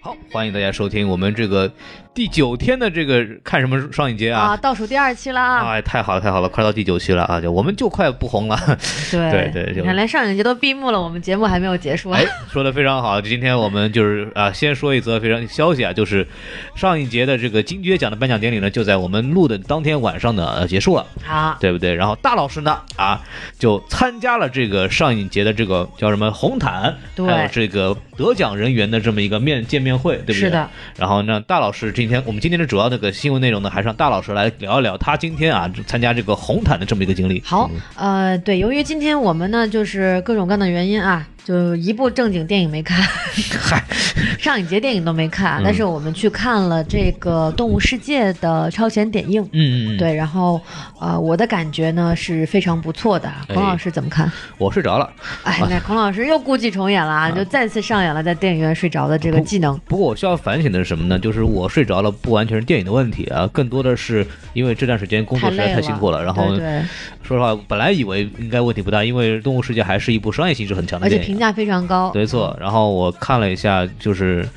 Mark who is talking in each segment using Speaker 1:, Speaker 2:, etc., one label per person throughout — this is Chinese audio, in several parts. Speaker 1: 好，欢迎大家收听我们这个第九天的这个看什么上一节
Speaker 2: 啊，
Speaker 1: 啊。
Speaker 2: 倒数第二期了啊！
Speaker 1: 哎，太好了，太好了，快到第九期了啊！就我们就快不红了。对
Speaker 2: 对
Speaker 1: 对就
Speaker 2: 你看连上影节都闭幕 了，我们节目还没有结束。
Speaker 1: 哎，说的非常好。今天我们就是啊，先说一则非常消息啊，就是上一节的这个金爵奖的颁奖典礼呢，就在我们录的当天晚上呢、呃结束了，
Speaker 2: 好，
Speaker 1: 对不对？然后大老师呢啊，就参加了这个上一节的这个叫什么红毯，
Speaker 2: 对
Speaker 1: 还有这个得奖人员的这么一个面见面会，对不对？
Speaker 2: 是的。
Speaker 1: 然后呢，大老师今天我们今天的主要那个新闻内容呢，还是让大老师来聊一聊他今天啊参加这个红毯的这么一个经历。
Speaker 2: 好，
Speaker 1: 嗯
Speaker 2: 呃，对，由于今天我们呢，就是各种各样的原因啊，就一部正经电影没看，
Speaker 1: 嗨，
Speaker 2: 上影节电影都没
Speaker 1: 嗯
Speaker 2: 看，但是我们去看了这个《动物世界》的超前点映。
Speaker 1: 嗯，嗯嗯，
Speaker 2: 对，然后，呃，我的感觉呢是非常不错的。
Speaker 1: 哎
Speaker 2: 孔老师怎么看？
Speaker 1: 我睡着了。
Speaker 2: 哎，那孔老师又故伎重演了啊，就再次上演了在电影院睡着的这个技能。
Speaker 1: 不过我需要反省的是什么呢？就是我睡着了，不完全是电影的问题啊，更多的是因为这段时间工作实在
Speaker 2: 累
Speaker 1: 太辛苦了。然后
Speaker 2: 对对
Speaker 1: 说实话，本来以为应该问题不大，因为《动物世界》还是一部商业性质很强的
Speaker 2: 而且
Speaker 1: 电
Speaker 2: 评
Speaker 1: 影。
Speaker 2: 价非常高。
Speaker 1: 没错，然后我看了一下，就是，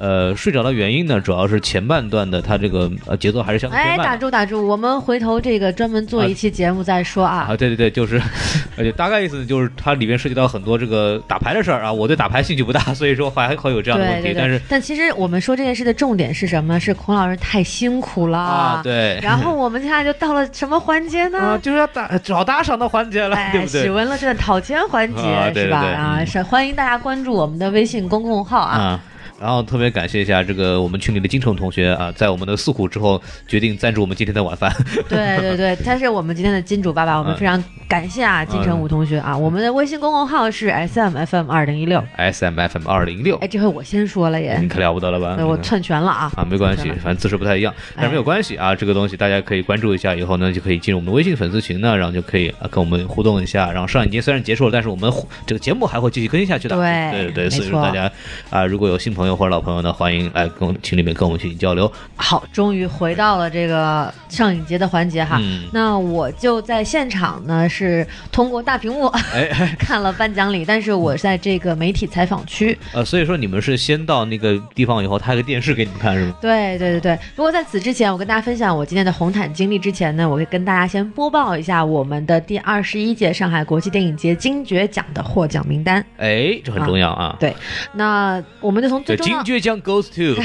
Speaker 1: 呃，睡着的原因呢，主要是前半段的它这个呃节奏还是相对
Speaker 2: 哎，
Speaker 1: 偏慢
Speaker 2: 打
Speaker 1: 的。
Speaker 2: 住打住，我们回头这个专门做一期节目再说啊。
Speaker 1: 啊，对对对，就是， 而且大概意思就是它里边涉及到很多这个打牌的事儿啊，我对打牌兴趣不大，所以说还会有这样的问题。
Speaker 2: 对对
Speaker 1: 但
Speaker 2: 对
Speaker 1: 是，
Speaker 2: 但其实我们说这件事的重点是什么？是孔老师太辛苦了。
Speaker 1: 啊，。对，
Speaker 2: 然后我们现在就到了什么环节
Speaker 1: 啊，
Speaker 2: 呢？
Speaker 1: 就是要打找打赏的环节了，对
Speaker 2: 哎，
Speaker 1: 不对
Speaker 2: 喜？闻乐见的讨钱环节
Speaker 1: 啊对
Speaker 2: 是吧？
Speaker 1: 对对
Speaker 2: 啊，
Speaker 1: 嗯
Speaker 2: 是欢迎大家关注我们的微信公众号啊。
Speaker 1: 啊。然后特别感谢一下这个我们群里的金城同学啊，在我们的诉苦之后，决定赞助我们今天的晚饭。
Speaker 2: 对对对，他是我们今天的金主爸爸，我们
Speaker 1: 嗯
Speaker 2: 非常感谢啊，金城武同学啊。我们的微信公众号是 S M F M 二零一六。
Speaker 1: S M F M 二零六
Speaker 2: 哎，，这回我先说了耶
Speaker 1: 你，可了不得了吧
Speaker 2: 对？我篡权了啊。
Speaker 1: 嗯啊，没关系，反正姿势不太一样，但
Speaker 2: 哎
Speaker 1: 是没有关系啊。这个东西大家可以关注一下，以后呢就可以进入我们的微信粉丝群呢，然后就可以啊跟我们互动一下。然后上一节虽然结束了，但是我们这个节目还会继续更新下去的。
Speaker 2: 对
Speaker 1: 对对，
Speaker 2: 没
Speaker 1: 所以说大
Speaker 2: 错
Speaker 1: 家啊，如果有新朋友或者老朋友呢，欢迎来跟我们群里面跟我们进行交流。
Speaker 2: 好，终于回到了这个上影节的环节哈。
Speaker 1: 嗯，
Speaker 2: 那我就在现场呢，是通过大屏幕
Speaker 1: 哎，哎
Speaker 2: 看了颁奖礼，但是我在这个媒体采访区。
Speaker 1: 呃，所以说你们是先到那个地方以后，他有个电视给你们看是吗？
Speaker 2: 对对对对，如果在此之前，我跟大家分享我今天的红毯经历之前呢，我会跟大家先播报一下我们的第二十一届上海国际电影节金爵奖的获奖名单。
Speaker 1: 哎，这很重要啊。
Speaker 2: 对那我们就从最
Speaker 1: 对，
Speaker 2: 重要
Speaker 1: 金爵奖 goes to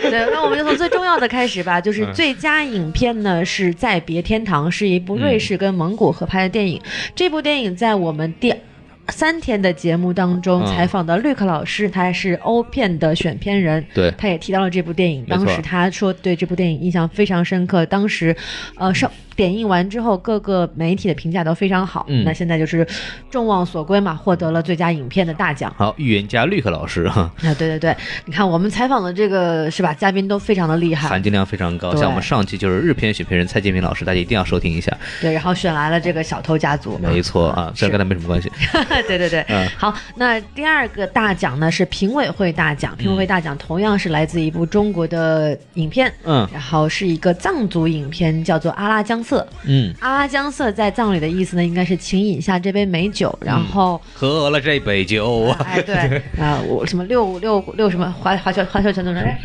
Speaker 2: 对，那我们就从最重要的开始吧，就是
Speaker 1: 嗯
Speaker 2: 最佳影片呢是在别天堂，是一部瑞
Speaker 1: 嗯
Speaker 2: 士跟蒙古合拍的电影。这部电影在我们第。三天的节目当中，
Speaker 1: 嗯
Speaker 2: 采访到绿克老师，他是欧片的选片人，
Speaker 1: 对
Speaker 2: 他也提到了这部电影。
Speaker 1: 没错
Speaker 2: 当时他说对这部电影印象非常深刻，当时，呃，上点映完之后，各个媒体的评价都非常好。
Speaker 1: 嗯
Speaker 2: 那现在就是众望所归嘛，获得了最佳影片的大奖。
Speaker 1: 好预言家绿克老师哈，
Speaker 2: 啊，对对对，你看我们采访的这个是吧，嘉宾都非常的厉害
Speaker 1: 含，金量非常高。
Speaker 2: 对
Speaker 1: 像我们上期就是日片选片人蔡建平老师，大家一定要收听一下。
Speaker 2: 对，然后选来了这个小偷家族，
Speaker 1: 没错啊，虽然跟他没什么关系。
Speaker 2: 对对对，
Speaker 1: 嗯
Speaker 2: 好，那第二个大奖呢是评委会大奖，评委会大奖同样是来自一部中国的影片，
Speaker 1: 嗯
Speaker 2: 然后是一个藏族影片，叫做《阿拉江色》。
Speaker 1: 嗯，
Speaker 2: 阿拉江色在藏语的意思呢，应该是请饮下这杯美酒，然
Speaker 1: 嗯
Speaker 2: 后。
Speaker 1: 喝了这杯酒啊，
Speaker 2: 哎，对， 啊、我什么六六六什么划划拳划拳拳头人，哎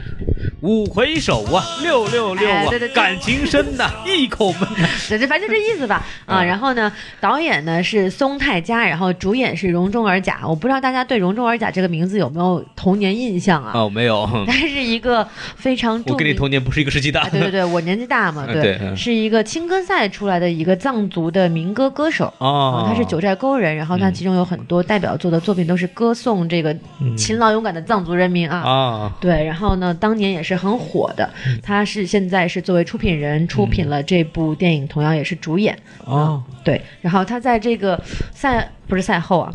Speaker 1: 五回首啊，六六六啊
Speaker 2: 哎对对，对
Speaker 1: 感情深呐，一口 闷。
Speaker 2: 这这反正就这意 思吧啊。
Speaker 1: 嗯
Speaker 2: 然后呢，导演呢是松泰佳，然后主演是容中尔甲。我不知道大家对容中尔甲这个名字有没有童年印象啊？
Speaker 1: 哦，没有，
Speaker 2: 他是一个非常著
Speaker 1: 我跟你
Speaker 2: 名。
Speaker 1: 童年不是一个世纪
Speaker 2: 啊，
Speaker 1: 的。
Speaker 2: 对 对对，我年纪大嘛，
Speaker 1: 嗯
Speaker 2: 对，
Speaker 1: 对嗯
Speaker 2: 是一个青歌赛出来的一个藏族的民歌歌手。
Speaker 1: 哦
Speaker 2: 啊，，他是九寨沟人，然后他
Speaker 1: 嗯
Speaker 2: 其中有很多代表作的作品都是歌颂这个勤劳勇敢的藏族人民啊。
Speaker 1: 啊，
Speaker 2: 对，然后呢，当年也是很火的。
Speaker 1: 嗯
Speaker 2: 他是现在是作为出品人出品了这部电影，同样也是主演。
Speaker 1: 哦，
Speaker 2: 对，然后他在这个赛不是赛后啊，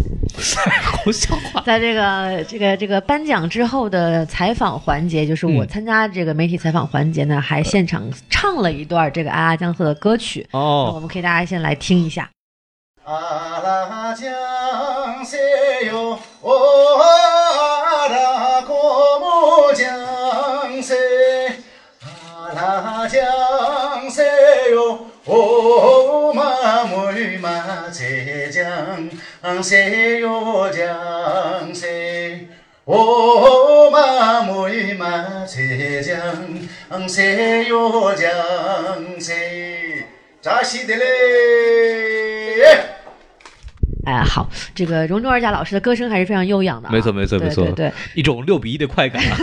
Speaker 1: 好笑话。
Speaker 2: 在这个这个这个颁奖之后的采访环节，就是我
Speaker 1: 嗯
Speaker 2: 参加这个媒体采访环节呢，还现场唱了一段这个阿拉江色的歌曲。那我
Speaker 1: 哦，
Speaker 2: 们可以大家先来听一下。
Speaker 3: 阿拉江山哟，阿拉国母江山，阿拉江山哟，我妈妹妈在江山哟江山。我嘛妹嘛才讲，才要讲才，扎西的嘞。
Speaker 2: 哎，好，这个荣中二甲老师的歌声还是非常悠扬的、啊，
Speaker 1: 没错没错
Speaker 2: 对
Speaker 1: 没错
Speaker 2: 对对
Speaker 1: 一种六比一的快感 啊！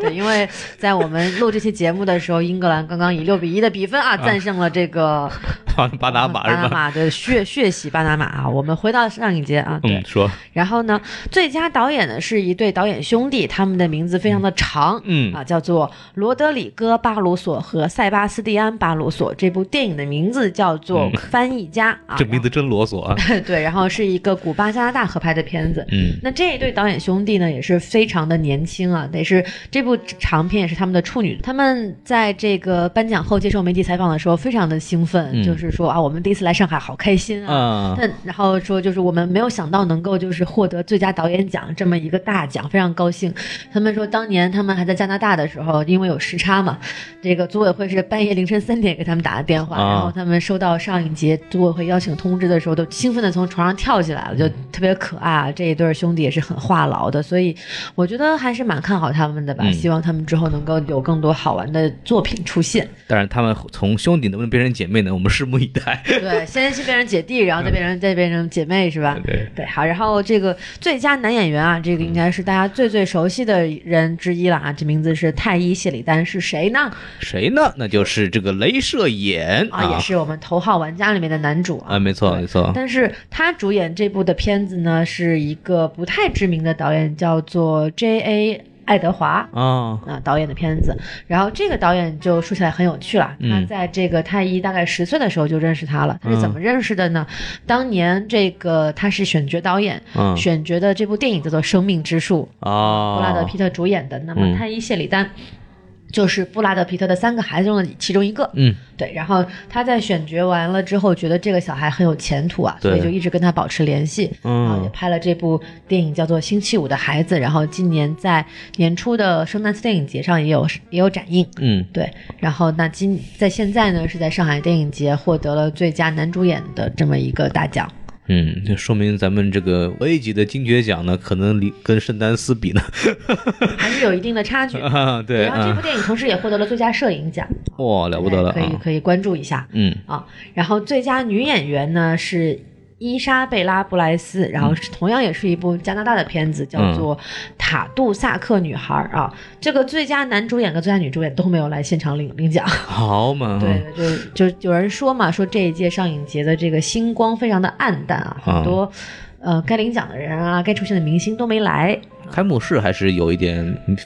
Speaker 2: 对，因为在我们录这期节目的时候，英格兰刚刚以六比一的比分啊战胜了这个
Speaker 1: 巴巴拿马
Speaker 2: 巴
Speaker 1: 是
Speaker 2: 拿
Speaker 1: 吧？
Speaker 2: 马对血血洗巴拿马啊。我们回到上一节啊，对，
Speaker 1: 嗯，说，
Speaker 2: 然后呢，最佳导演呢是一对导演兄弟，他们的名字非常的长，
Speaker 1: 嗯
Speaker 2: 啊，叫做罗德里戈·巴鲁索和塞巴斯蒂安·巴鲁索。这部电影的名字叫做
Speaker 1: 嗯
Speaker 2: 《翻译家》啊，
Speaker 1: 这名字真啰嗦啊！
Speaker 2: 然后 对，然后是一个古巴、加拿大合拍的片子。
Speaker 1: 嗯，
Speaker 2: 那这一对导演兄弟呢，也是非常的年轻啊，得是这部长片也是他们的处女。他们在这个颁奖后接受媒体采访的时候，非常的兴奋，
Speaker 1: 嗯
Speaker 2: 就是说啊，我们第一次来上海，好开心啊。
Speaker 1: 啊，
Speaker 2: 但然后说就是我们没有想到能够就是获得最佳导演奖这么一个大奖，非常高兴。他们说当年他们还在加拿大的时候，因为有时差嘛，这个组委会是半夜凌晨三点给他们打的电话，
Speaker 1: 啊
Speaker 2: 然后他们收到上一节组委会邀请通知的时候，都兴奋的从床上跳起来了，就特别可爱啊。这一对儿兄弟也是很话痨的，所以我觉得还是蛮看好他们的吧。
Speaker 1: 嗯
Speaker 2: 希望他们之后能够有更多好玩的作品出现。
Speaker 1: 当然他们从兄弟能不能变成姐妹呢？我们拭目以待。
Speaker 2: 对，先是变成姐弟，然后再变成再变成姐妹，是吧？
Speaker 1: 对，
Speaker 2: 对，好，然后这个最佳男演员啊，这个
Speaker 1: 嗯
Speaker 2: 应该是大家最最熟悉的人之一了啊，这名字是太医谢里丹，是谁呢？
Speaker 1: 谁呢？那就是这个镭射眼
Speaker 2: 啊，也是我们《头号玩家》里面的男主
Speaker 1: 啊，
Speaker 2: 啊。
Speaker 1: 没错
Speaker 2: 对
Speaker 1: 没错，
Speaker 2: 但是他主演这部的片子呢，是一个不太知名的导演，叫做 J.A. 爱德华。
Speaker 1: 啊，
Speaker 2: 啊，导演的片子，然后这个导演就说起来很有趣了。他
Speaker 1: 嗯
Speaker 2: 在这个太一大概十岁的时候就认识他了。他是怎
Speaker 1: 嗯
Speaker 2: 么认识的呢？当年这个他是选角导演，
Speaker 1: 嗯
Speaker 2: 选角的这部电影叫做《生命之树》，
Speaker 1: 啊，
Speaker 2: 布拉德皮特主演的。那么
Speaker 1: 嗯
Speaker 2: 太医谢里丹。就是布拉德皮特的三个孩子中的其中一个，
Speaker 1: 嗯，
Speaker 2: 对。然后他在选角完了之后，觉得这个小孩很有前途啊，所以
Speaker 1: 对
Speaker 2: 就一直跟他保持联系。
Speaker 1: 嗯
Speaker 2: 然后也拍了这部电影叫做《星期五的孩子》，然后今年在年初的圣丹斯电影节上也有也有展映。
Speaker 1: 嗯
Speaker 2: 对，然后那今在现在呢是在上海电影节获得了最佳男主演的这么一个大奖。
Speaker 1: 嗯，这说明咱们这个 A 级的金爵奖呢，可能离跟圣丹斯比呢，
Speaker 2: 还是有一定的差距。
Speaker 1: 啊， 对
Speaker 2: 然后这部
Speaker 1: 啊，
Speaker 2: 电影同时也获得了最佳摄影奖，
Speaker 1: 哇，了不得了
Speaker 2: 哎可以
Speaker 1: 啊，
Speaker 2: 可以关注一下
Speaker 1: 嗯
Speaker 2: 啊。然后最佳女演员呢是伊莎贝拉·布莱斯，
Speaker 1: 嗯
Speaker 2: 然后是同样也是一部加拿大的片子，叫做《塔杜萨克女孩》啊。这个最佳男主演跟最佳女主演都没有来现场领领奖，
Speaker 1: 好嘛，
Speaker 2: 对，就就有人说嘛，说这一届上影节的这个星光非常的暗淡啊，
Speaker 1: 嗯
Speaker 2: 很多呃该领奖的人啊，该出现的明星都没来。
Speaker 1: 开幕式还是有一点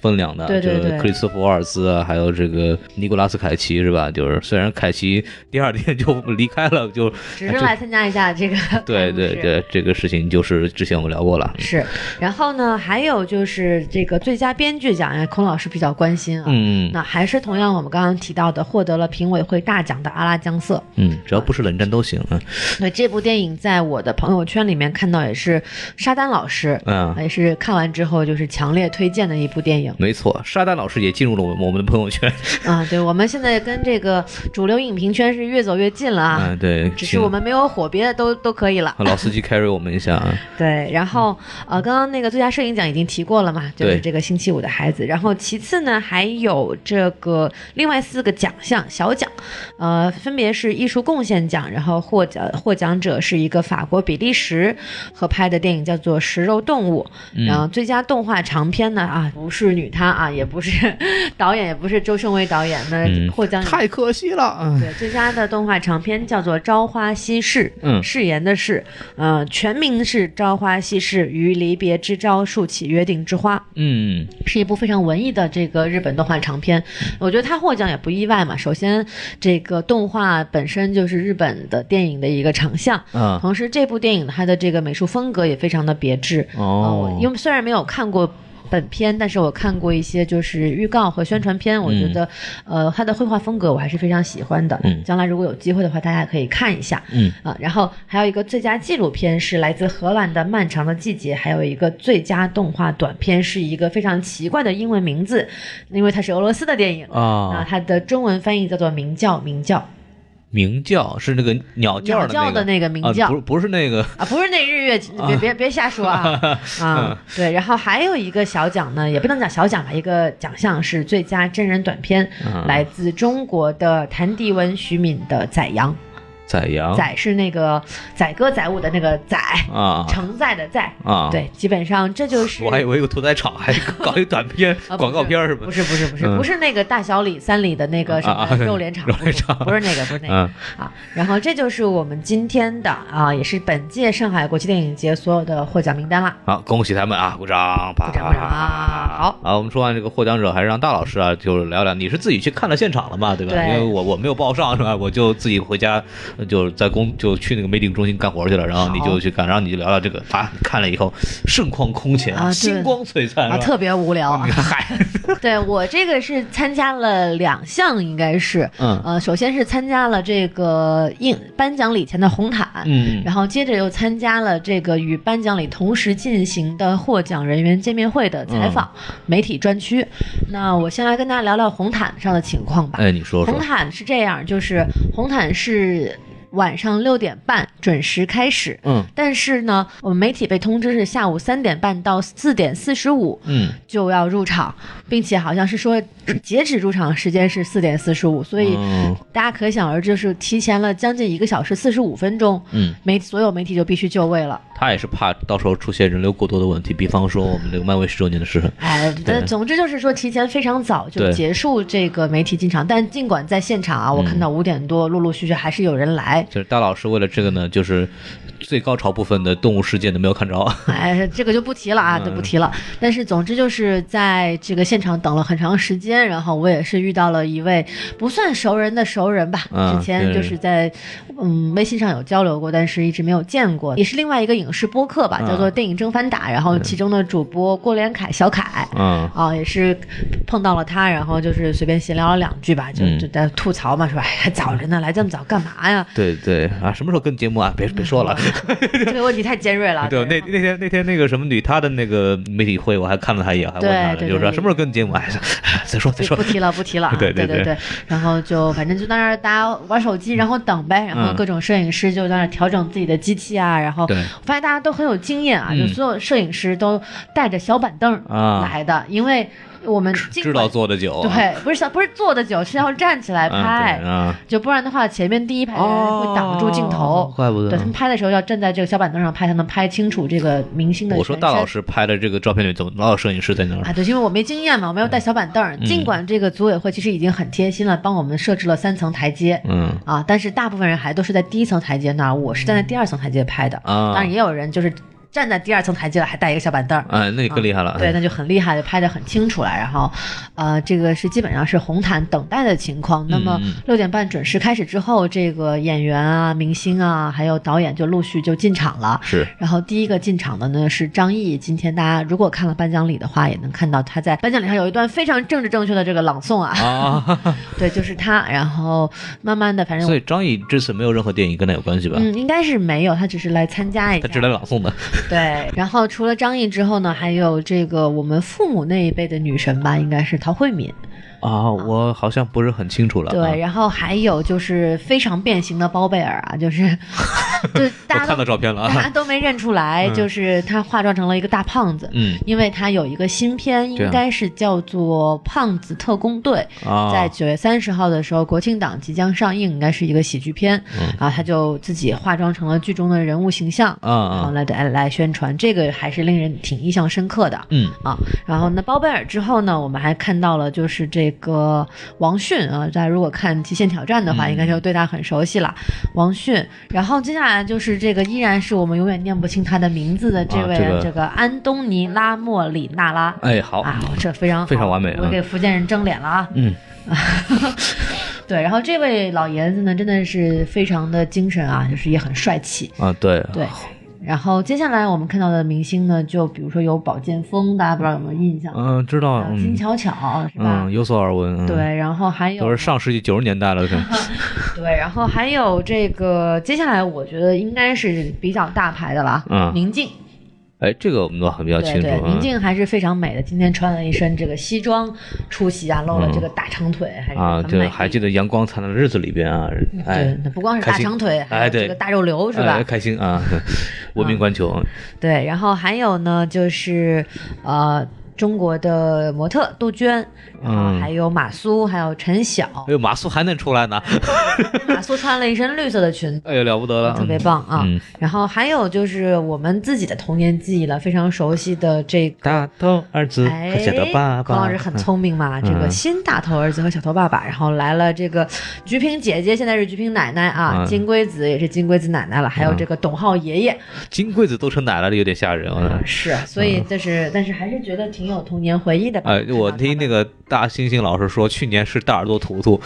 Speaker 1: 分量的，
Speaker 2: 对对
Speaker 1: 就是
Speaker 2: 对
Speaker 1: 克里斯·福尔斯啊，还有这个尼古拉斯·凯奇是吧？就是虽然凯奇第二天就离开了，哎就
Speaker 2: 只是来参加一下这个开
Speaker 1: 对
Speaker 2: 幕
Speaker 1: 对
Speaker 2: 式
Speaker 1: 对，这个事情就是之前我们聊过了，
Speaker 2: 是，然后呢，还有就是这个最佳编剧奖，哎孔老师比较关心啊。
Speaker 1: 嗯
Speaker 2: 那还是同样我们刚刚提到的，获得了评委会大奖的《阿拉江瑟
Speaker 1: 嗯，只要不是冷战都行啊，》。
Speaker 2: 对这部电影，在我的朋友圈里面看到，也是沙丹老师，呃
Speaker 1: 嗯。
Speaker 2: 也是看完之后就是强烈推荐的一部电影
Speaker 1: 没错，沙丹老师也进入了我们我们的朋友圈，
Speaker 2: 啊，对，我们现在跟这个主流影评圈是越走越近了啊，
Speaker 1: 嗯，对，
Speaker 2: 只是
Speaker 1: 请
Speaker 2: 我们没有火，别的都都可以了。
Speaker 1: 老司机 carry 我们一下啊，
Speaker 2: 对，然后呃，刚刚那个最佳摄影奖已经提过了嘛，就是
Speaker 1: 对
Speaker 2: 这个星期五的孩子。然后其次呢，还有这个另外四个奖项小奖，呃，分别是艺术贡献奖，然后获奖获奖者是一个法国比利时合拍的电影叫做《食肉动物》，
Speaker 1: 嗯
Speaker 2: 然后最佳动画长片呢啊，不是女她啊，也不是 导演，也不是周胜伟导演，
Speaker 1: 嗯
Speaker 2: 那获奖
Speaker 1: 太可惜了，嗯
Speaker 2: 对，最佳的动画长片叫做《朝花夕拾》，
Speaker 1: 嗯
Speaker 2: 誓言的誓，呃，全名是《朝花夕拾于离别之朝竖起约定之花
Speaker 1: 嗯》，
Speaker 2: 是一部非常文艺的这个日本动画长片。我觉得它获奖也不意外嘛。首先，这个动画本身就是日本的电影的一个长项。
Speaker 1: 啊
Speaker 2: 同时，这部电影它的这个美术风格也非常的别致，啊
Speaker 1: 哦
Speaker 2: 我，因为虽然没有看过。本片，但是我看过一些就是预告和宣传片，我觉得，呃，他的绘画风格我还是非常喜欢的。
Speaker 1: 嗯
Speaker 2: 将来如果有机会的话，大家可以看一下。
Speaker 1: 嗯
Speaker 2: 啊，然后还有一个最佳纪录片是来自荷兰的《漫长的季节》，还有一个最佳动画短片是一个非常奇怪的英文名字，因为它是俄罗斯的电影。那
Speaker 1: 啊
Speaker 2: 它的中文翻译叫做《鸣叫鸣叫》。
Speaker 1: 鸣叫，哦是那个鸟叫的
Speaker 2: 鸟
Speaker 1: 那
Speaker 2: 叫
Speaker 1: 个
Speaker 2: 的那个鸣
Speaker 1: 啊，
Speaker 2: 叫
Speaker 1: 不是不是那个
Speaker 2: 啊，不是那日月，别别别瞎 说啊
Speaker 1: 嗯
Speaker 2: 啊！对，然后还有一个小奖呢，也不能讲小奖吧，一个奖项是最佳真人短片，
Speaker 1: 嗯
Speaker 2: 来自中国的谭迪文、徐敏的《宰羊》，
Speaker 1: 宰羊
Speaker 2: 宰是那个载歌载舞的那个载，
Speaker 1: 啊
Speaker 2: 承载的载。
Speaker 1: 啊，，
Speaker 2: 对，基本上这就 是
Speaker 1: 我还以为有屠宰场，还搞一短片
Speaker 2: 啊不是
Speaker 1: 广告片儿是吧
Speaker 2: 不？是不是不是
Speaker 1: 嗯
Speaker 2: 不是那个大小李三里的那个什
Speaker 1: 啊啊
Speaker 2: 么肉联厂，
Speaker 1: 肉
Speaker 2: 不
Speaker 1: 联
Speaker 2: 是
Speaker 1: 厂
Speaker 2: 不是那个不是那个
Speaker 1: 嗯
Speaker 2: 啊。然后这就是我们今天的啊，也是本届上海国际电影节所有的获奖名单啦。
Speaker 1: 好，恭喜他们啊！鼓掌，啪
Speaker 2: 鼓掌鼓掌啊好
Speaker 1: 啊，我们说完这个获奖者，还是让大老师啊，就是聊聊，你是自己去看了现场了嘛，对吧？
Speaker 2: 对
Speaker 1: 因为我我没有报上是吧？我就自己回家，呃就是在工就去那个 meeting 中心干活去了，然后你
Speaker 2: 好
Speaker 1: 就去干，然后你就聊聊这个啊，你看了以后盛况空前
Speaker 2: 啊对
Speaker 1: 星光璀璨
Speaker 2: 啊，
Speaker 1: 是吧？
Speaker 2: 特别无聊啊！
Speaker 1: 嗨，
Speaker 2: 对我这个是参加了两项，应该是，
Speaker 1: 嗯
Speaker 2: 呃，首先是参加了这个应颁奖礼前的红毯，
Speaker 1: 嗯
Speaker 2: 然后接着又参加了这个与颁奖礼同时进行的获奖人员见面会
Speaker 1: 嗯
Speaker 2: 的采访、媒体专区。那我先来跟大家聊聊红毯上的情况吧。
Speaker 1: 哎，你说说
Speaker 2: 红，毯是这样，就是红毯是晚上六点半准时开始。
Speaker 1: 嗯
Speaker 2: 但是呢，我们媒体被通知是下午三点半到四点四十五
Speaker 1: 嗯
Speaker 2: 就要入场，并且好像是说截止入场时间是四点四十五，所以
Speaker 1: 嗯
Speaker 2: 大家可想而知，是提前了将近一个小时四十五分钟，
Speaker 1: 嗯，
Speaker 2: 媒所有媒体就必须就位了。
Speaker 1: 他也是怕到时候出现人流过多的问题，比方说我们这个漫威十周年的事，
Speaker 2: 哎，但总之就是说，提前非常早就
Speaker 1: 对嗯
Speaker 2: 结束这个媒体进场，但尽管在现场啊，我看到五点多陆陆续续还是有人来，
Speaker 1: 就是大老师为了这个呢，就是最高潮部分的动物世界呢没有看着。
Speaker 2: 哎，这个就不提了啊，就
Speaker 1: 嗯
Speaker 2: 不提了。但是总之就是在这个现场等了很长时间，然后我也是遇到了一位不算熟人的熟人吧，
Speaker 1: 嗯
Speaker 2: 之前就是在嗯微信上有交流过，但是一直没有见过，也是另外一个影视播客吧，
Speaker 1: 嗯
Speaker 2: 叫做《电影正反打》，然后其中的主播郭连凯、小凯。
Speaker 1: 嗯，
Speaker 2: 啊，也是碰到了他，然后就是随便闲聊了两句吧，就
Speaker 1: 嗯
Speaker 2: 就在吐槽嘛，说 哎，还早着呢，来这么早干嘛呀？
Speaker 1: 对对啊，什么时候跟节目啊？别别说了。
Speaker 2: 这个问题太尖锐了。
Speaker 1: 对，那那天那天那个什么女，她的那个媒体会，我还看了她一眼，还问她呢，
Speaker 2: 对对
Speaker 1: 就是说
Speaker 2: 对
Speaker 1: 什么时候跟节目？哎， 再说再
Speaker 2: 就
Speaker 1: 说
Speaker 2: 不。提 了，不提了啊。
Speaker 1: 对
Speaker 2: 对
Speaker 1: 对对
Speaker 2: 对，然后就反正就在那儿大家玩手机，然后等呗，然后
Speaker 1: 嗯
Speaker 2: 各种摄影师就在那儿调整自己的机器啊，然后
Speaker 1: 对
Speaker 2: 我发现大家都很有经验啊，
Speaker 1: 嗯
Speaker 2: 就所有摄影师都带着小板凳
Speaker 1: 啊
Speaker 2: 来的，因为我们尽
Speaker 1: 知
Speaker 2: 管
Speaker 1: 道坐的久。
Speaker 2: 对，不是小不是坐的久，是要站起来
Speaker 1: 啊
Speaker 2: 拍
Speaker 1: 对，啊，
Speaker 2: 就不然的话前面第一排的人会挡住镜头
Speaker 1: 哦。怪不
Speaker 2: 对他
Speaker 1: 得
Speaker 2: 们。拍的时候要站在这个小板凳上拍，才能拍清楚这个明星的
Speaker 1: 我说
Speaker 2: 全
Speaker 1: 大老
Speaker 2: 身
Speaker 1: 师拍的这个照片里，怎么老有摄影师在那儿？
Speaker 2: 啊，对，因为我没经验嘛，我没有
Speaker 1: 嗯
Speaker 2: 带小板凳儿。尽管这个组委会其实已经很贴心了，帮我们设置了三层台阶。
Speaker 1: 嗯
Speaker 2: 啊，但是大部分人还都是在第一层台阶那儿，我是站在第二层台阶拍的。
Speaker 1: 啊
Speaker 2: 当然也有人就是站在第二层台阶了，还带一个小板凳儿。
Speaker 1: 啊，那你更厉害了。
Speaker 2: 对，那就很厉害，就拍得很清楚了。然后，呃，这个是基本上是红毯等待的情况。那么
Speaker 1: 嗯
Speaker 2: 六点半准时开始之后，这个演员啊、明星啊，还有导演就陆续就进场了。
Speaker 1: 是
Speaker 2: 然后第一个进场的呢是张译，今天大家如果看了颁奖礼的话，也能看到他在颁奖礼上有一段非常政治正确的这个朗诵啊，
Speaker 1: 啊，
Speaker 2: 对，就是他。然后慢慢的，反正
Speaker 1: 所以张译这次没有任何电影跟他有关系吧？
Speaker 2: 嗯，应该是没有，他只是来参加一
Speaker 1: 他
Speaker 2: 下。
Speaker 1: 只来朗诵 的。
Speaker 2: 对，然后除了张译之后呢，还有这个我们父母那一辈的女神吧，应该是陶慧敏。
Speaker 1: 啊，我好像不是很清楚了。啊
Speaker 2: 对，然后还有就是非常变形的包贝尔啊，就是 就
Speaker 1: 我
Speaker 2: 大家
Speaker 1: 看到
Speaker 2: 都
Speaker 1: 照片了
Speaker 2: 大家
Speaker 1: 啊。
Speaker 2: 都没认出来，就是她化妆成了一个大胖子。
Speaker 1: 嗯
Speaker 2: 因为他有一个新片，
Speaker 1: 这
Speaker 2: 应
Speaker 1: 样
Speaker 2: 该是叫做《胖子特工队》，
Speaker 1: 啊，
Speaker 2: 在九月三十号的时候，国庆档即将上映，应该是一个喜剧片。啊，他就自己化妆成了剧中的人物形象，
Speaker 1: 嗯啊啊
Speaker 2: 然后来来来宣传，这个还是令人挺印象深刻的。
Speaker 1: 嗯
Speaker 2: 啊，然后呢，包贝尔之后呢，我们还看到了就是这个王迅啊，大家如果看《极限挑战》的
Speaker 1: 嗯
Speaker 2: 话，应该就对他很熟悉了。王迅，然后接下来就是这个依然是我们永远念不清他的名字的这
Speaker 1: 啊
Speaker 2: 位、
Speaker 1: 这个
Speaker 2: 这个安东尼拉莫里纳拉。
Speaker 1: 哎，好，
Speaker 2: 啊，这非常好
Speaker 1: 非常完美啊
Speaker 2: 我给福建人争脸了啊！
Speaker 1: 嗯，
Speaker 2: 对，然后这位老爷子呢，真的是非常的精神啊，就是也很帅气。
Speaker 1: 啊，对
Speaker 2: 对，然后接下来我们看到的明星呢，就比如说有宝剑锋，大家不知道有没有印象？
Speaker 1: 嗯，知道，
Speaker 2: 啊金
Speaker 1: 嗯
Speaker 2: 巧巧是吧？
Speaker 1: 嗯，有所耳闻，嗯，
Speaker 2: 对，然后还
Speaker 1: 都
Speaker 2: 有
Speaker 1: 是上世纪九十年代了，可能
Speaker 2: 对，然后还有这个，接下来我觉得应该是比较大牌的了啊，
Speaker 1: 嗯
Speaker 2: 宁静
Speaker 1: 哎，这个我们都很比较
Speaker 2: 对
Speaker 1: 清楚
Speaker 2: 对，
Speaker 1: 啊
Speaker 2: 宁。静还是非常美的。今天穿了一身这个西装出席啊，露了这个大长腿，还
Speaker 1: 嗯
Speaker 2: 是
Speaker 1: 啊，
Speaker 2: 很满
Speaker 1: 对，
Speaker 2: 意嗯
Speaker 1: 还记得阳光灿烂的日子里边啊，哎
Speaker 2: 对，，那不光是
Speaker 1: 开
Speaker 2: 大
Speaker 1: 心
Speaker 2: 长腿，还
Speaker 1: 哎
Speaker 2: 有
Speaker 1: 对
Speaker 2: 这个大肉瘤是吧嗯
Speaker 1: 哎？开心啊， 文明观球，
Speaker 2: 对，然后还有呢，就是呃，中国的模特杜鹃，然后
Speaker 1: 嗯
Speaker 2: 还有马苏，还有陈晓
Speaker 1: 哎。呦，马苏还能出来 呢，
Speaker 2: 马苏穿了一身绿色的裙子。
Speaker 1: 哎呦，了不得了，
Speaker 2: 特别棒啊！
Speaker 1: 嗯
Speaker 2: 然后还有就是我们自己的童年记忆了，非常熟悉的这个。哎
Speaker 1: 大头儿子和小头爸嗯
Speaker 2: 孔
Speaker 1: 爸，
Speaker 2: 老师很聪明嘛，这个新大头儿子和小头爸爸，然后来了这个菊萍姐姐，现在是菊萍奶奶啊，
Speaker 1: 嗯
Speaker 2: 金龟子也是金龟子奶奶了，还有这个董浩爷爷，
Speaker 1: 嗯金龟子都成奶奶了，有点吓人啊。
Speaker 2: 是，所以就是，但是还是觉得挺有童年回忆的吧。
Speaker 1: 哎，我听那
Speaker 2: 个，
Speaker 1: 个大猩猩老师说，去年是大耳朵图图，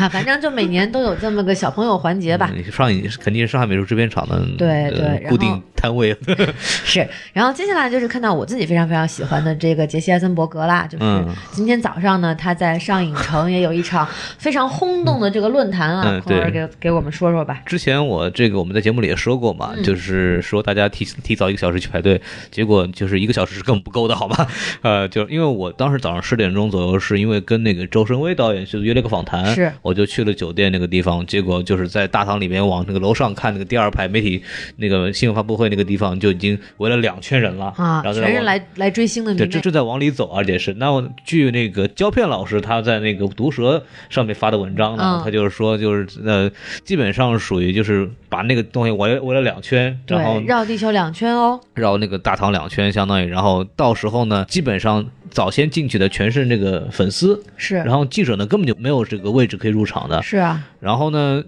Speaker 2: 啊反正就每年都有这么个小朋友环节吧。
Speaker 1: 嗯上一肯定是上海美术制片厂的
Speaker 2: 对
Speaker 1: 呃
Speaker 2: 对然后
Speaker 1: 固定摊位，
Speaker 2: 是，然后接下来就是看到我自己非常非常喜欢的这个杰西·艾森伯格啦，就是
Speaker 1: 嗯
Speaker 2: 今天早上呢，他在上影城也有一场非常轰动的这个论坛啊
Speaker 1: 嗯，
Speaker 2: 孔老师
Speaker 1: 对
Speaker 2: 给给我们说说吧。
Speaker 1: 之前我这个我们在节目里也说过
Speaker 2: 嗯
Speaker 1: 嘛，就是说大家提提早一个小时去排队，结果就是一个小时是根本不够的， 好吗？呃，就是因为我当时早上十点钟左右，是因为跟那个周深威导演去约了个访谈，
Speaker 2: 是
Speaker 1: 我就去了酒店那个地方，结果就是在大堂里面往那个楼上看那个第二排媒体那个新闻发布会那个地方就已经围了两圈人了
Speaker 2: 啊，
Speaker 1: 然后在那
Speaker 2: 全是
Speaker 1: 往
Speaker 2: 来来追星的迷
Speaker 1: 对，正
Speaker 2: 妹。
Speaker 1: 正在往里走，而且是那我据那个胶片老师他在那个毒舌上面发的文章呢，
Speaker 2: 嗯
Speaker 1: 他就是说就是呃，基本上属于就是把那个东西围围了两圈，然后
Speaker 2: 对，绕地球两圈哦，
Speaker 1: 绕那个大堂两圈，相当于，然后到时候呢，基本上早先进去的全是那个粉丝，
Speaker 2: 是
Speaker 1: 然后记者呢根本就没有这个位置可以入场的，
Speaker 2: 是啊，
Speaker 1: 然后呢，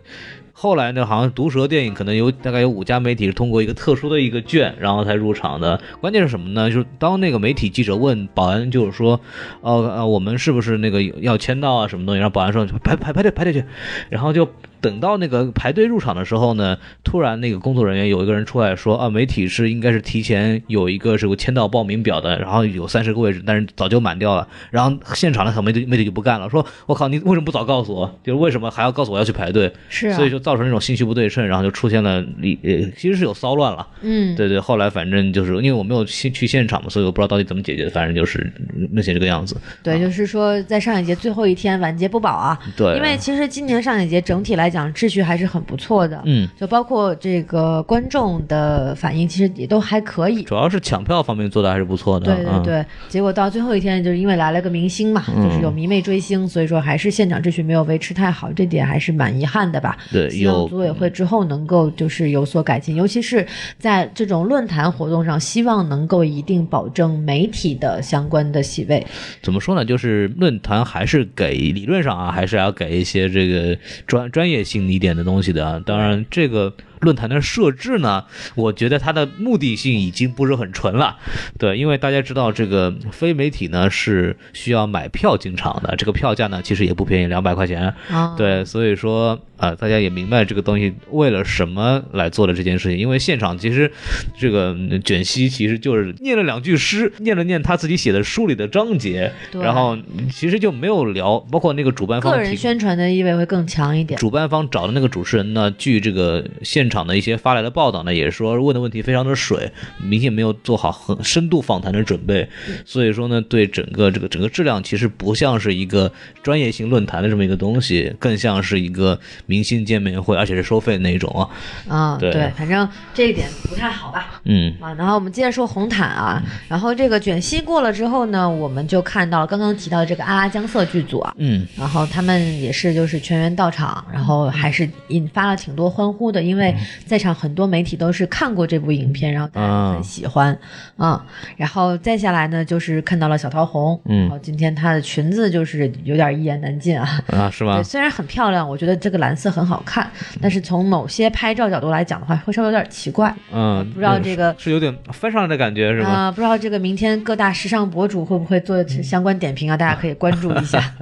Speaker 1: 后来呢，好像毒蛇电影可能有大概有五家媒体是通过一个特殊的一个券，然后才入场的。关键是什么呢？就是当那个媒体记者问保安，就是说，哦呃，我们是不是那个要签到啊什么东西？然后保安说排排排队排队去，然后就。等到那个排队入场的时候呢，突然那个工作人员有一个人出来说啊，媒体是应该是提前有一个是有签到报名表的，然后有三十个位置，但是早就满掉了。然后现场的小媒体媒体就不干了，说我靠，你为什么不早告诉我？就是为什么还要告诉我要去排队？
Speaker 2: 是啊
Speaker 1: 所以就造成这种信息不对称，然后就出现了里呃，其实是有骚乱了。
Speaker 2: 嗯，
Speaker 1: 对对，后来反正就是因为我没有去去现场嘛，所以我不知道到底怎么解决的，反正就是目前这个样子。
Speaker 2: 对，就是说在上影节最后一天晚节不保啊，
Speaker 1: 啊对，
Speaker 2: 因为其实今年上影节整体来讲秩序还是很不错的，
Speaker 1: 嗯，
Speaker 2: 就包括这个观众的反应，其实也都还可以。
Speaker 1: 主要是抢票方面做的还是不错的。
Speaker 2: 对对
Speaker 1: 嗯
Speaker 2: 对，结果到最后一天，就是因为来了个明星嘛，就是有迷妹追星，所以说还是现场秩序没有维持太好，这点还是蛮遗憾的吧。
Speaker 1: 对
Speaker 2: 希望
Speaker 1: 有
Speaker 2: 组委会之后能够就是有所改进，尤其是在这种论坛活动上，希望能够一定保证媒体的相关的席位。
Speaker 1: 怎么说呢？就是论坛还是给理论上啊，还是要给一些这个专专业性一点的东西的啊。当然，这个论坛的设置呢，我觉得它的目的性已经不是很纯了。对，因为大家知道这个非媒体呢是需要买票进场的，这个票价呢其实也不便宜，两百块钱。
Speaker 2: 啊，
Speaker 1: 对，所以说啊、呃大家也明白这个东西为了什么来做的这件事情，因为现场其实这个嗯卷西其实就是念了两句诗，念了念他自己写的书里的章节，
Speaker 2: 对
Speaker 1: 然后嗯其实就没有聊，包括那个主办
Speaker 2: 个
Speaker 1: 方
Speaker 2: 人
Speaker 1: 提。
Speaker 2: 宣传的意味会更强一点。
Speaker 1: 主办方找的那个主持人呢，据这个现场的一些发来的报道呢，也说问的问题非常的水，明显没有做好很深度访谈的准备，
Speaker 2: 嗯
Speaker 1: 所以说呢，对整个这个整个质量其实不像是一个专业性论坛的这么一个东西，更像是一个明星见面会，而且是收费的那一种啊。
Speaker 2: 啊，
Speaker 1: 对
Speaker 2: 对，反正这一点不太好吧。
Speaker 1: 嗯，
Speaker 2: 啊，然后我们接着说红毯啊，然后这个卷西过了之后呢，我们就看到了刚刚提到的这个阿拉江瑟剧组啊，
Speaker 1: 嗯，
Speaker 2: 然后他们也是就是全员到场，然后还是引发了挺多欢呼的，因为
Speaker 1: 嗯
Speaker 2: 在场很多媒体都是看过这部影片，然后大家都很喜欢啊、然后再下来呢，就是看到了小桃红，
Speaker 1: 嗯
Speaker 2: 然后今天她的裙子就是有点一言难尽啊，
Speaker 1: 啊，是吗
Speaker 2: 对，？虽然很漂亮，我觉得这个蓝色很好看，但是从某些拍照角度来讲的话，会稍微有点奇怪。
Speaker 1: 嗯，
Speaker 2: 不知道这个
Speaker 1: 是是有点翻上来的感觉是嗯吗？
Speaker 2: 啊、不知道这个明天各大时尚博主会不会做相关点评啊？大家可以关注一 下。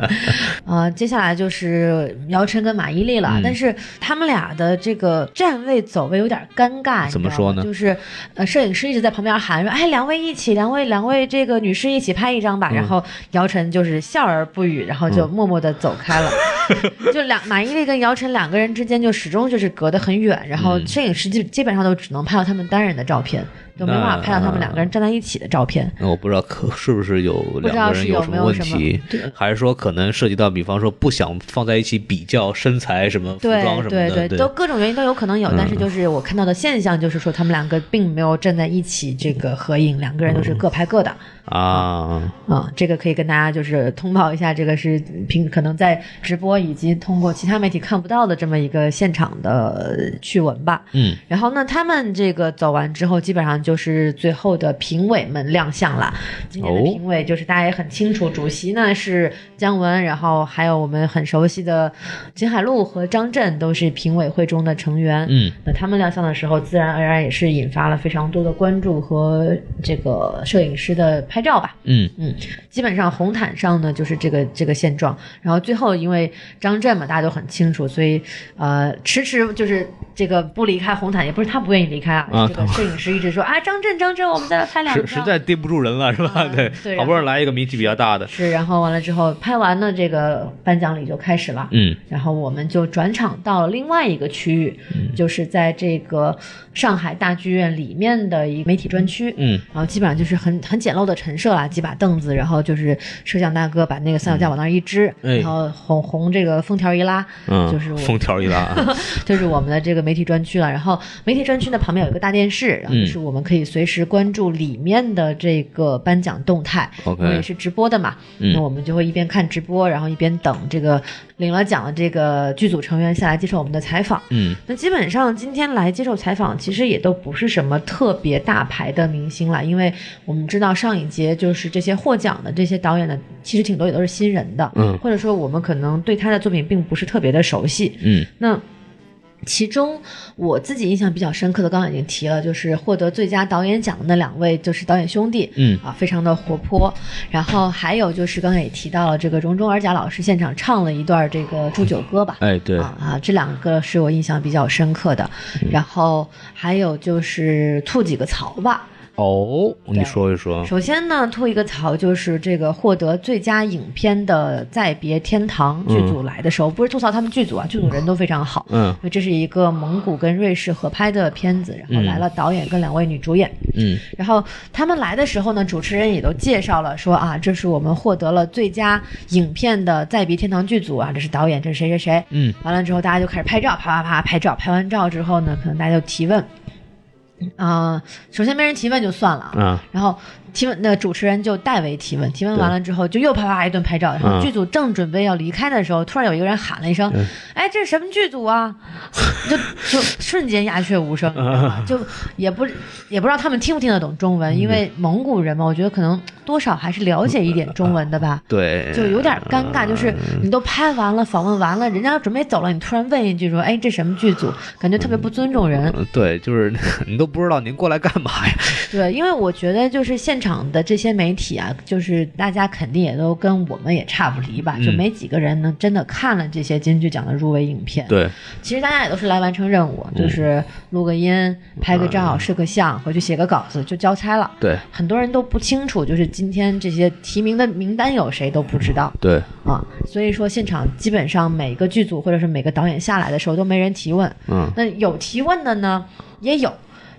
Speaker 2: 啊，接下来就是姚晨跟马伊琍
Speaker 1: 嗯
Speaker 2: 了，但是他们俩的这个站位走位有点尴尬，你
Speaker 1: 怎么
Speaker 2: 知道
Speaker 1: 说
Speaker 2: 吗
Speaker 1: 呢
Speaker 2: 就是呃，摄影师一直在旁边喊说：“哎，两位一起，两位两位这个女士一起拍一张
Speaker 1: 嗯
Speaker 2: 吧。然后姚晨就是笑而不语，然后就默默的走 开了。就两马伊琍跟姚晨两个
Speaker 1: 嗯
Speaker 2: 人之间就始终就是隔得很远，然后摄影师基基本上都只能拍到他们单人的照片，就没办法拍到他们两个人站在一起的照片。
Speaker 1: 那我不知道可是不是有两个人什么问题
Speaker 2: 不知道是有没有什么对，
Speaker 1: 还是说可能涉及到，比方说不想放在一起比较身材什么、服
Speaker 2: 对
Speaker 1: 装什么的，
Speaker 2: 对
Speaker 1: 对
Speaker 2: 都各种原因都有可能有，但是就是我看到的现象就是说，他们两个并没有站在一起这个合影，两个人都是各拍各的。
Speaker 1: 啊，
Speaker 2: 啊，这个可以跟大家就是通报一下，这个是平可能在直播以及通过其他媒体看不到的这么一个现场的呃趣闻吧。
Speaker 1: 嗯，
Speaker 2: 然后呢，他们这个走完之后，基本上就是最后的评委们亮相了。今天的
Speaker 1: 哦
Speaker 2: 评委就是大家也很清楚，主席呢是姜文，然后还有我们很熟悉的金海璐和张震都是评委会中的成员。
Speaker 1: 嗯，
Speaker 2: 那他们亮相的时候，自然而然也是引发了非常多的关注和这个摄影师的拍照吧。
Speaker 1: 嗯，
Speaker 2: 嗯，基本上红毯上呢就是这个这个现状，然后最后因为张震嘛，大家都很清楚，所以呃迟迟就是这个不离开红毯，也不是他不愿意离开啊，
Speaker 1: 啊
Speaker 2: 这个摄影师 一直说啊张震张震，我们再来拍两张
Speaker 1: 实，实在盯不住人了，是吧？
Speaker 2: 啊
Speaker 1: 对，
Speaker 2: 嗯对
Speaker 1: 好不容易来一个名气比较大的，
Speaker 2: 是，然后完了之后拍完了这个颁奖礼就开始了，
Speaker 1: 嗯
Speaker 2: 然后我们就转场到了另外一个区域，
Speaker 1: 嗯
Speaker 2: 就是在这个上海大剧院里面的一个媒体专区，
Speaker 1: 嗯
Speaker 2: 然后基本上就是很很简陋的陈设啦，啊几把凳子，然后就是摄像大哥把那个三脚架往那儿一支，
Speaker 1: 嗯哎
Speaker 2: 然后红红这个封条一拉，
Speaker 1: 嗯，
Speaker 2: 就是我
Speaker 1: 封条一 拉啊，
Speaker 2: 就是我们的这个媒体专区了。然后媒体专区呢旁边有一个大电视，
Speaker 1: 嗯
Speaker 2: 然后就是我们可以随时关注里面的这个颁奖动态，
Speaker 1: OK
Speaker 2: 因为也是直播的嘛，
Speaker 1: 嗯
Speaker 2: 那我们就会一边看直播，然后一边等这个领了奖的这个剧组成员下来接受我们的采访。
Speaker 1: 嗯
Speaker 2: 那基本上今天来接受采访，其实也都不是什么特别大牌的明星了，因为我们知道上一节就是这些获奖的这些导演呢，其实挺多也都是新人的，
Speaker 1: 嗯
Speaker 2: 或者说我们可能对他的作品并不是特别的熟悉。
Speaker 1: 嗯
Speaker 2: 那其中我自己印象比较深刻的，刚刚已经提了，就是获得最佳导演奖的那两位就是导演兄弟，
Speaker 1: 嗯
Speaker 2: 啊，非常的活泼。然后还有就是刚才也提到了，这个容中尔贾老师现场唱了一段这个《祝酒歌》吧，
Speaker 1: 哎对，嗯
Speaker 2: 啊啊，这两个是我印象比较深刻的。然后还有就是吐几个槽吧。
Speaker 1: 哦，你说一说，
Speaker 2: 首先呢，吐一个槽就是这个获得最佳影片的《再别天堂》剧组来的时候，不是吐槽他们剧组啊，剧组人都非常好。
Speaker 1: 嗯
Speaker 2: 因为这是一个蒙古跟瑞士合拍的片子，然后
Speaker 1: 嗯
Speaker 2: 来了导演跟两位女主演，
Speaker 1: 嗯
Speaker 2: 然后他们来的时候呢，主持人也都介绍了说啊，这是我们获得了最佳影片的《再别天堂》剧组啊，这是导演，这是谁谁谁，
Speaker 1: 嗯
Speaker 2: 完了之后，大家就开始拍照，啪啪啪拍照。拍完照之后呢，可能大家就提问，啊、首先没人提问就算了啊，
Speaker 1: 啊
Speaker 2: 然后提问那个主持人就代为提问，提问完了之后就又啪啪一顿拍照。然
Speaker 1: 嗯
Speaker 2: 后剧组正准备要离开的时候，突然有一个人喊了一声：“哎，这是什么剧组啊？” 就就瞬间鸦雀无声，你知道吗 就也不也不知道他们听不听得懂中文，因为蒙古人嘛，我觉得可能多少还是了解一点中文的吧。
Speaker 1: 对，
Speaker 2: 就有点尴尬，就是你都拍完了，访问完了，人家准备走了，你突然问一句说：“哎，这什么剧组？”感觉特别不尊重人。
Speaker 1: 嗯对，就是 你都不知道您过来干嘛呀？
Speaker 2: 对，因为我觉得就是现场的这些媒体啊，就是大家肯定也都跟我们也差不离吧，就
Speaker 1: 嗯
Speaker 2: 没几个人能真的看了这些金剧奖的入围影片。，
Speaker 1: 对，嗯
Speaker 2: 其实大家也都是来完成任务，就是录个音、拍个照、摄个像，回去写个稿子就交差了。
Speaker 1: 对，
Speaker 2: 很多人都不清楚，就是今天这些提名的名单有谁都不知道。
Speaker 1: 对，
Speaker 2: 啊，所以说现场基本上每个剧组或者是每个导演下来的时候都没人提问，
Speaker 1: 嗯。
Speaker 2: 那有提问的呢也有，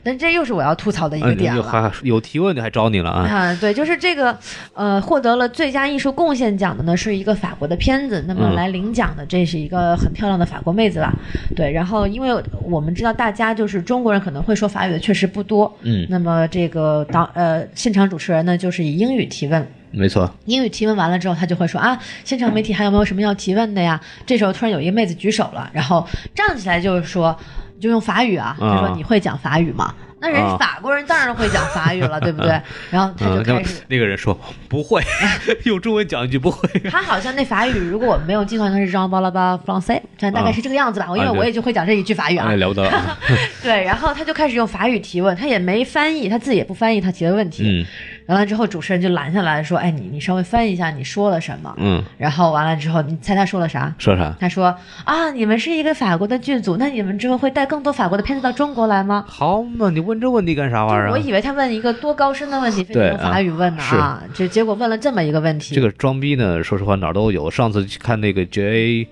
Speaker 2: 但这又是我要吐槽的一
Speaker 1: 哎
Speaker 2: 个
Speaker 1: 你
Speaker 2: 点
Speaker 1: 就
Speaker 2: 了。
Speaker 1: 还有提问，你还找你了啊？
Speaker 2: 啊，对，就是这个，呃，获得了最佳艺术贡献奖的呢，是一个法国的片子。那么
Speaker 1: 嗯
Speaker 2: 来领奖的，这是一个很漂亮的法国妹子啦。对，然后因为我们知道大家就是中国人可能会说法语的确实不多，
Speaker 1: 嗯
Speaker 2: 那么这个导呃现场主持人呢，就是以英语提问，
Speaker 1: 没错，
Speaker 2: 英语提问完了之后，他就会说啊，现场媒体还有没有什么要提问的呀？这时候突然有一个妹子举手了，然后站起来就是说，就用法语啊，
Speaker 1: 啊
Speaker 2: 他说你会讲法语吗？那人
Speaker 1: 啊
Speaker 2: 法国人当然会讲法语 了，对不对？然后他就
Speaker 1: 嗯，那
Speaker 2: 开始，啊
Speaker 1: 那个人说不会， 用中文讲一句不会，
Speaker 2: 他好像那法语如果我没有记错，应该是 Jean b a l a b a français，但大概是这个样子吧，因为
Speaker 1: 啊对
Speaker 2: 我也就会讲这一句法语啊
Speaker 1: 哎，。聊不到啊，
Speaker 2: 对，然后他就开始用法语提问，他也没翻译，他自己也不翻译他提的问题。
Speaker 1: 嗯
Speaker 2: 完了之后，主持人就拦下来说：“哎，你你稍微翻译一下你说了什么。”
Speaker 1: 嗯，
Speaker 2: 然后完了之后，你猜他说了啥？
Speaker 1: 说啥？
Speaker 2: 他说啊，你们是一个法国的剧组，那你们之后会带更多法国的片子到中国来吗？
Speaker 1: 好嘛，你问这问题干啥玩意儿
Speaker 2: 我
Speaker 1: 啊？
Speaker 2: 以为他问一个多高深的问题，非得
Speaker 1: 对
Speaker 2: 用法语问呢啊，这结果问了这么一个问题。
Speaker 1: 这个装逼呢，说实话哪儿都有。上次去看那个 J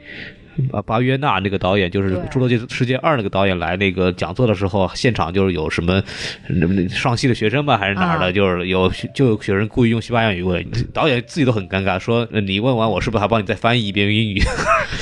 Speaker 1: 巴啊巴约纳那个导演，就是
Speaker 2: 对
Speaker 1: 《侏罗纪世界二》那个导演来那个讲座的时候，现场就是有什么嗯上戏的学生吧，还是哪儿的，
Speaker 2: 啊
Speaker 1: 就是有就有学生故意用西班牙语问导演，自己都很尴尬，说呃你问完我是不是还帮你再翻译一遍 英语？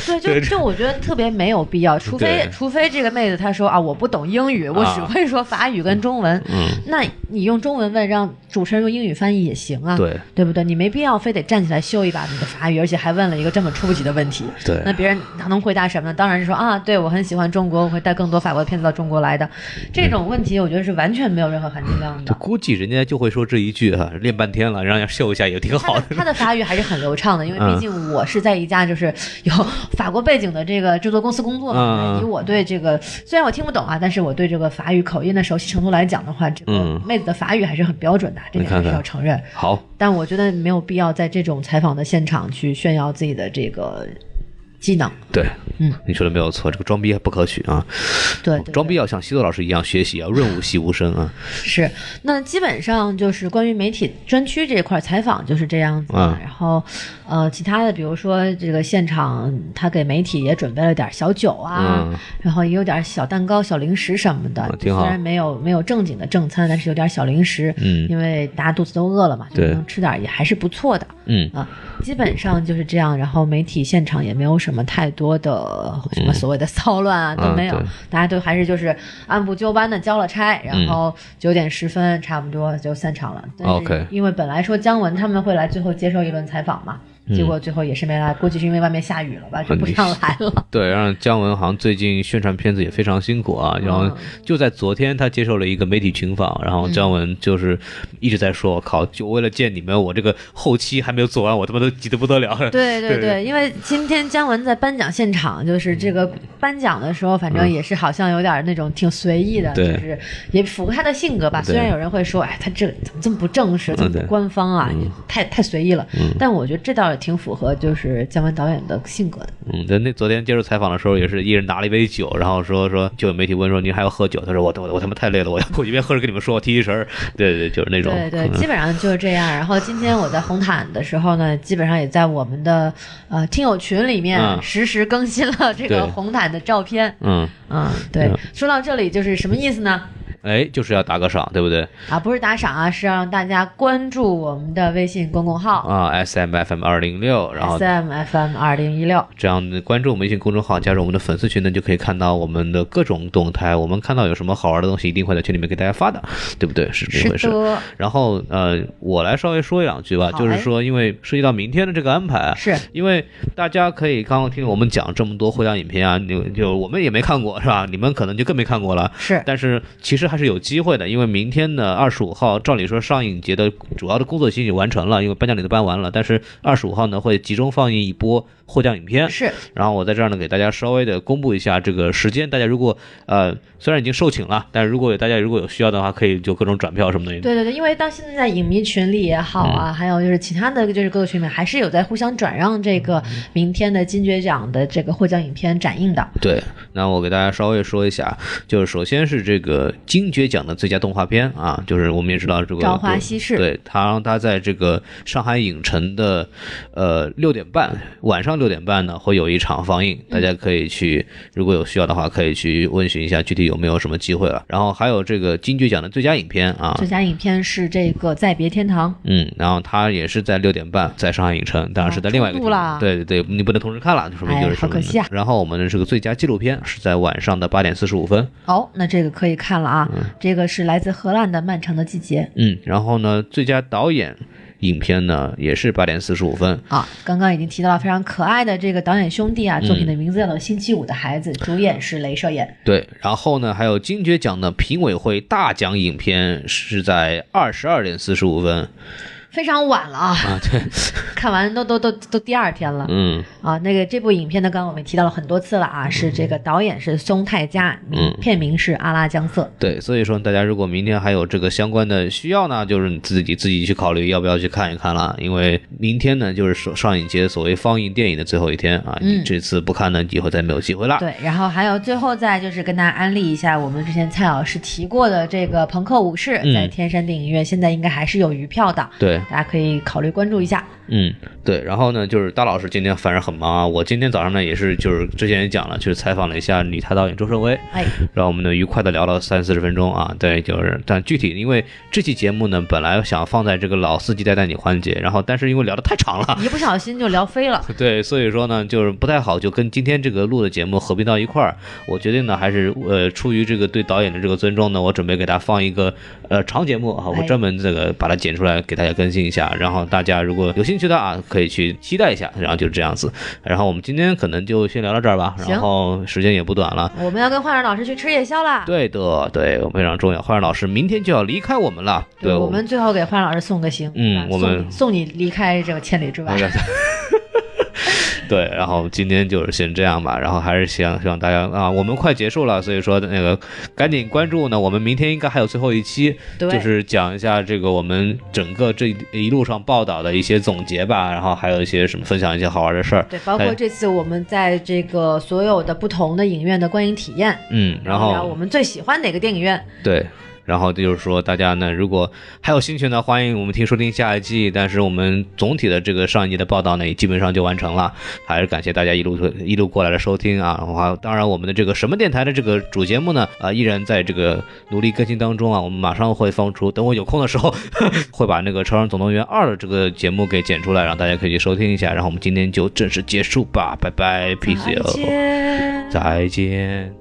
Speaker 2: 对，就
Speaker 1: 对
Speaker 2: 就我觉得特别没有必要，除非
Speaker 1: 对
Speaker 2: 除非这个妹子她说啊，我不懂英语，我只
Speaker 1: 啊
Speaker 2: 会说法语跟中文。
Speaker 1: 嗯，
Speaker 2: 那你用中文问，让主持人用英语翻译也行啊，
Speaker 1: 对
Speaker 2: 对不对？你没必要非得站起来秀一把你的法语，而且还问了一个这么出不起的问题。
Speaker 1: 对
Speaker 2: 那别人他能回答什么呢？当然是说啊，对我很喜欢中国，我会带更多法国的片子到中国来的。这种问题，我觉得是完全没有任何含金量的。
Speaker 1: 估计人家就会说这一句哈、练半天了，让人家秀一下也挺好的
Speaker 2: 他 的。他的法语还是很流畅的，因为
Speaker 1: 嗯
Speaker 2: 毕竟我是在一家就是有法国背景的这个制作公司工作嘛
Speaker 1: 嗯，嗯
Speaker 2: 以我对这个虽然我听不懂啊，但是我对这个法语口音的熟悉程度来讲的话，这个
Speaker 1: 嗯
Speaker 2: 妹子的法语还是很标准的，这点
Speaker 1: 你看
Speaker 2: 还
Speaker 1: 看
Speaker 2: 是要承认。
Speaker 1: 好，
Speaker 2: 但我觉得没有必要在这种采访的现场去炫耀自己的这个技能，
Speaker 1: 对，
Speaker 2: 嗯，
Speaker 1: 你说的没有错，这个装逼还不可取啊，
Speaker 2: 对，对
Speaker 1: 装逼
Speaker 2: 对
Speaker 1: 要像西多老师一样学习，要润物细无声啊。
Speaker 2: 是。那基本上就是关于媒体专区这一块采访就是这样子的，
Speaker 1: 嗯
Speaker 2: 然后呃，其他的比如说这个现场他给媒体也准备了点小酒啊，
Speaker 1: 嗯
Speaker 2: 然后也有点小蛋糕、小零食什么的，
Speaker 1: 啊挺好
Speaker 2: 虽然没有没有正经的正餐，但是有点小零食，
Speaker 1: 嗯
Speaker 2: 因为大家肚子都饿了嘛，就
Speaker 1: 对
Speaker 2: 能吃点也还是不错的。
Speaker 1: 嗯，
Speaker 2: 啊，基本上就是这样。然后媒体现场也没有什么太多的什么所谓的骚乱啊，都
Speaker 1: 啊
Speaker 2: 没有
Speaker 1: 嗯对，
Speaker 2: 大家都还是就是按部就班的交了差，
Speaker 1: 嗯
Speaker 2: 然后九点十分差不多就散场了。但是
Speaker 1: OK
Speaker 2: 因为本来说姜文他们会来最后接受一轮采访嘛，
Speaker 1: 嗯
Speaker 2: 结果最后也是没来，估计是因为外面下雨了吧，就
Speaker 1: 啊
Speaker 2: 不
Speaker 1: 你
Speaker 2: 上来了。
Speaker 1: 对，让姜文好像最近宣传片子也非常辛苦啊。然
Speaker 2: 嗯
Speaker 1: 后就在昨天，他接受了一个媒体群访，然后姜文就是一直在说：“我靠，就为了见你们，我这个后期还没有做完，我他妈都急得不得了。”
Speaker 2: 对对
Speaker 1: 对
Speaker 2: 对，因为今天姜文在颁奖现场，就是这个颁奖的时候，反正也是好像有点那种挺随意的，
Speaker 1: 嗯对
Speaker 2: 就是也符合他的性格吧。
Speaker 1: 对
Speaker 2: 虽然有人会说，哎，他这怎么这么不正式，
Speaker 1: 嗯
Speaker 2: 这么不
Speaker 1: 对嗯
Speaker 2: 官方啊，也太太随意了。但我觉得这倒也挺符合就是姜文导演的性格的。
Speaker 1: 嗯，对，那昨天接受采访的时候，也是一人拿了一杯酒，然后说说，就有媒体问说：“您还要喝酒？”他说：“我我我他妈太累了，我要过去一边喝着跟你们说， 我提提神儿。”对对，对就是那种。
Speaker 2: 对对，
Speaker 1: 嗯
Speaker 2: 基本上就是这样。然后今天我在红毯的时候呢，基本上也在我们的呃听友群里面
Speaker 1: 嗯
Speaker 2: 实时更新了这
Speaker 1: 对
Speaker 2: 个红毯的照片。
Speaker 1: 嗯，
Speaker 2: 嗯，对
Speaker 1: 嗯。
Speaker 2: 说到这里，就是什么意思呢？
Speaker 1: 哎，就是要打个赏，对不对？
Speaker 2: 啊，不是打赏啊，是让大家关注我们的微信公众号
Speaker 1: 啊，S M F M 二零六，然后
Speaker 2: S M F M 二零一六。
Speaker 1: 这样关注我们微信公众号，加入我们的粉丝群呢，就可以看到我们的各种动态。我们看到有什么好玩的东西，一定会在群里面给大家发的，对不对？嗯是这么回
Speaker 2: 是
Speaker 1: 事。
Speaker 2: 的，
Speaker 1: 然后呃，我来稍微说一两句吧，
Speaker 2: 好
Speaker 1: 就是
Speaker 2: 哎
Speaker 1: 说，因为涉及到明天的这个安排啊，
Speaker 2: 是
Speaker 1: 因为大家可以刚刚听我们讲这么多获奖影片啊，你就我们也没看过是吧？你们可能就更没看过了。
Speaker 2: 是
Speaker 1: 但是其实还是有机会的，因为明天呢，二十五号，照理说上影节的主要的工作期已经完成了，因为颁奖礼都颁完了，但是二十五号呢会集中放映一波获奖影片。
Speaker 2: 是
Speaker 1: 然后我在这儿呢，给大家稍微的公布一下这个时间。大家如果呃，虽然已经售罄了，但是如果有大家如果有需要的话，可以就各种转票什么的。
Speaker 2: 对对对，因为到现在影迷群里也好
Speaker 1: 嗯
Speaker 2: 啊，还有就是其他的就是各个群里面，还是有在互相转让这个
Speaker 1: 嗯
Speaker 2: 明天的金爵奖的这个获奖影片展映的。
Speaker 1: 对，那我给大家稍微说一下，就是首先是这个金爵奖的最佳动画片啊，就是我们也知道这个
Speaker 2: 朝花夕拾
Speaker 1: 对，它让它在这个上海影城的呃六点半晚上六点半呢会有一场放
Speaker 2: 嗯
Speaker 1: 映，大家可以去，如果有需要的话可以去问询一下具体有没有什么机会了。然后还有这个金爵奖的最佳影片啊
Speaker 2: 最，佳影片是这个《再别天堂》。
Speaker 1: 嗯，然后它也是在六点半在上海影城，当然是在另外一个地方。
Speaker 2: 啊中途
Speaker 1: 对对对，你不能同时看了，就说明就
Speaker 2: 哎
Speaker 1: 是
Speaker 2: 好
Speaker 1: 什么
Speaker 2: 可惜啊
Speaker 1: 然后我们的这个最佳纪录片是在晚上的八点四十五分。
Speaker 2: 哦，那这个可以看了啊，这个是来自荷兰的《漫长的季节
Speaker 1: 嗯，然后呢，最佳导演影片呢也是八点四十五分。》
Speaker 2: 啊。刚刚已经提到了非常可爱的这个导演兄弟啊，作品的名字叫做《星期五的孩子》，主演是镭射眼。
Speaker 1: 对，然后呢，还有金爵奖的评委会大奖影片是在二十二点四十五分
Speaker 2: 非常晚了啊，
Speaker 1: 啊。对，
Speaker 2: 看完都都都都第二天了。
Speaker 1: 嗯
Speaker 2: 啊，那个这部影片呢，刚刚我们提到了很多次了啊，是这个导演是松太佳，
Speaker 1: 嗯
Speaker 2: 片名是《阿拉江瑟》。
Speaker 1: 对，所以说大家如果明天还有这个相关的需要呢，就是你自己自己去考虑要不要去看一看了，因为明天呢就是上上影节所谓放映电影的最后一天啊，
Speaker 2: 嗯
Speaker 1: 你这次不看呢，以后再没有机会了。
Speaker 2: 对，然后还有最后再就是跟大家安利一下，我们之前蔡老师提过的这个《朋克武士》
Speaker 1: 嗯
Speaker 2: 在天山电影院现在应该还是有余票的，
Speaker 1: 对
Speaker 2: 大家可以考虑关注一下。
Speaker 1: 嗯，对，然后呢，就是大老师今天反正很忙啊。我今天早上呢，也是就是之前也讲了，就是采访了一下女台导演周胜威，
Speaker 2: 哎，
Speaker 1: 然后我们呢愉快的聊了三四十分钟啊。对，就是但具体因为这期节目呢，本来想放在这个老司机带带你环节，然后但是因为聊的太长了，
Speaker 2: 一不小心就聊飞了。
Speaker 1: 对，所以说呢，就是不太好，就跟今天这个录的节目合并到一块儿。我决定呢，还是呃，出于这个对导演的这个尊重呢，我准备给大家放一个呃长节目啊，我
Speaker 2: 哎
Speaker 1: 专门这个把它剪出来给大家更新一下。然后大家如果有兴趣的啊，可以去期待一下。然后就这样子，然后我们今天可能就先聊到这儿吧，然
Speaker 2: 行
Speaker 1: 后时间也不短了。
Speaker 2: 我们要跟焕然老师去吃夜宵啦。
Speaker 1: 对的，对，非常重要。焕然老师明天就要离开我们了，对
Speaker 2: 我们最后给焕然老师送个行，
Speaker 1: 嗯
Speaker 2: 啊
Speaker 1: 我们
Speaker 2: 送送你离开这个千里之外
Speaker 1: 哎。 呀对，然后今天就是先这样吧，然后还是希望希望大家啊，我们快结束了，所以说那个赶紧关注呢，我们明天应该还有最后一期，
Speaker 2: 对，
Speaker 1: 就是讲一下这个我们整个这一路上报道的一些总结吧，然后还有一些什么分享一些好玩的事儿，
Speaker 2: 对，包括
Speaker 1: 哎
Speaker 2: 这次我们在这个所有的不同的影院的观影体验，
Speaker 1: 嗯，然
Speaker 2: 聊
Speaker 1: 后
Speaker 2: 我们最喜欢哪个电影院。
Speaker 1: 对。然后就是说，大家呢，如果还有兴趣呢，欢迎我们听收听下一季。但是我们总体的这个上一季的报道呢，也基本上就完成了。还是感谢大家一路一路过来的收听啊！然后还有当然我们的这个什么电台的这个主节目呢，啊、依然在这个努力更新当中啊。我们马上会放出，等我有空的时候， 会把那个《超人总动员二》的这个节目给剪出来，让大家可以去收听一下。然后我们今天就正式结束吧，拜拜
Speaker 2: 再
Speaker 1: ，peace，
Speaker 2: 见。
Speaker 1: 再见。